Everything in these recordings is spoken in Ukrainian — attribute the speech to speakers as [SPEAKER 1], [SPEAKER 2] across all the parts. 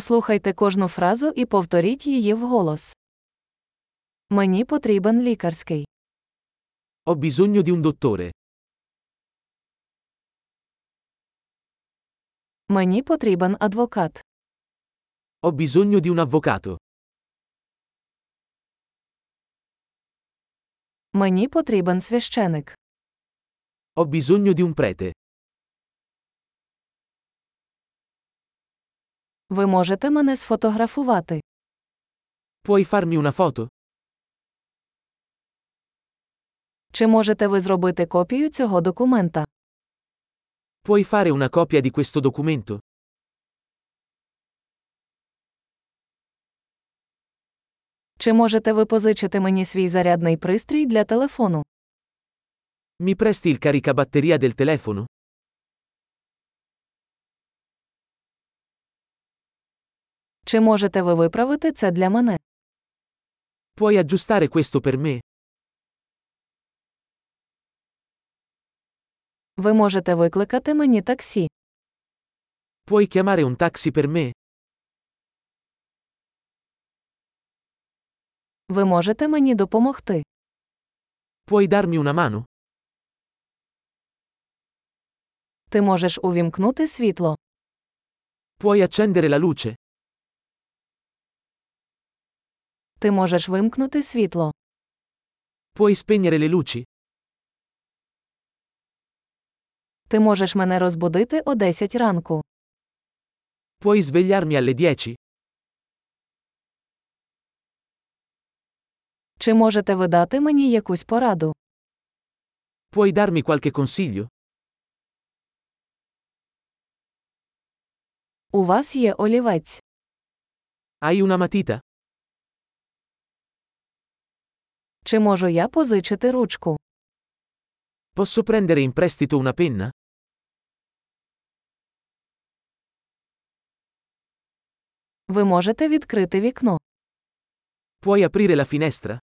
[SPEAKER 1] Послухайте кожну фразу і повторіть її вголос. Мені потрібен лікарський.
[SPEAKER 2] Ho bisogno di un dottore.
[SPEAKER 1] Мені потрібен адвокат.
[SPEAKER 2] Ho bisogno di un avvocato.
[SPEAKER 1] Мені потрібен священик.
[SPEAKER 2] Ho bisogno di un prete.
[SPEAKER 1] Ви можете мене сфотографувати.
[SPEAKER 2] Puoi farmi una foto?
[SPEAKER 1] Чи можете ви зробити копію цього документа?
[SPEAKER 2] Puoi fare una copia di questo documento?
[SPEAKER 1] Чи можете ви позичити мені свій зарядний пристрій для телефону?
[SPEAKER 2] Mi presti il caricabatteria del telefono?
[SPEAKER 1] Чи можете ви виправити це для мене?
[SPEAKER 2] Puoi aggiustare questo per me?
[SPEAKER 1] Ви можете викликати мені таксі.
[SPEAKER 2] Puoi chiamare un taxi per me?
[SPEAKER 1] Ви можете мені допомогти.
[SPEAKER 2] Puoi darmi una mano?
[SPEAKER 1] Ти можеш увімкнути світло.
[SPEAKER 2] Puoi accendere la luce?
[SPEAKER 1] Ти можеш вимкнути світло.
[SPEAKER 2] Puoi spegnere le luci?
[SPEAKER 1] Ти можеш мене розбудити о 10 ранку.
[SPEAKER 2] Puoi svegliarmi alle 10?
[SPEAKER 1] Чи можете ви дати мені якусь пораду?
[SPEAKER 2] Puoi darmi qualche consiglio?
[SPEAKER 1] У вас є олівець.
[SPEAKER 2] Hai una matita?
[SPEAKER 1] Чи можу я позичити ручку?
[SPEAKER 2] Posso prendere in prestito una penna?
[SPEAKER 1] Ви можете відкрити вікно.
[SPEAKER 2] Puoi aprire la finestra?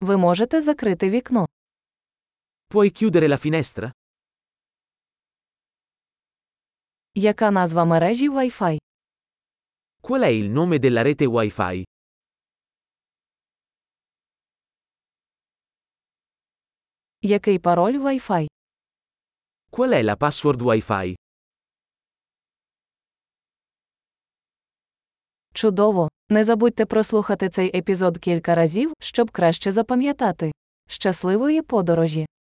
[SPEAKER 1] Ви можете закрити вікно.
[SPEAKER 2] Puoi chiudere la finestra?
[SPEAKER 1] Яка назва мережі Wi-Fi?
[SPEAKER 2] Qual è il nome della rete Wi-Fi?
[SPEAKER 1] Який пароль Wi-Fi?
[SPEAKER 2] Qual è la password Wi-Fi?
[SPEAKER 1] Чудово! Не забудьте прослухати цей епізод кілька разів, щоб краще запам'ятати. Щасливої подорожі!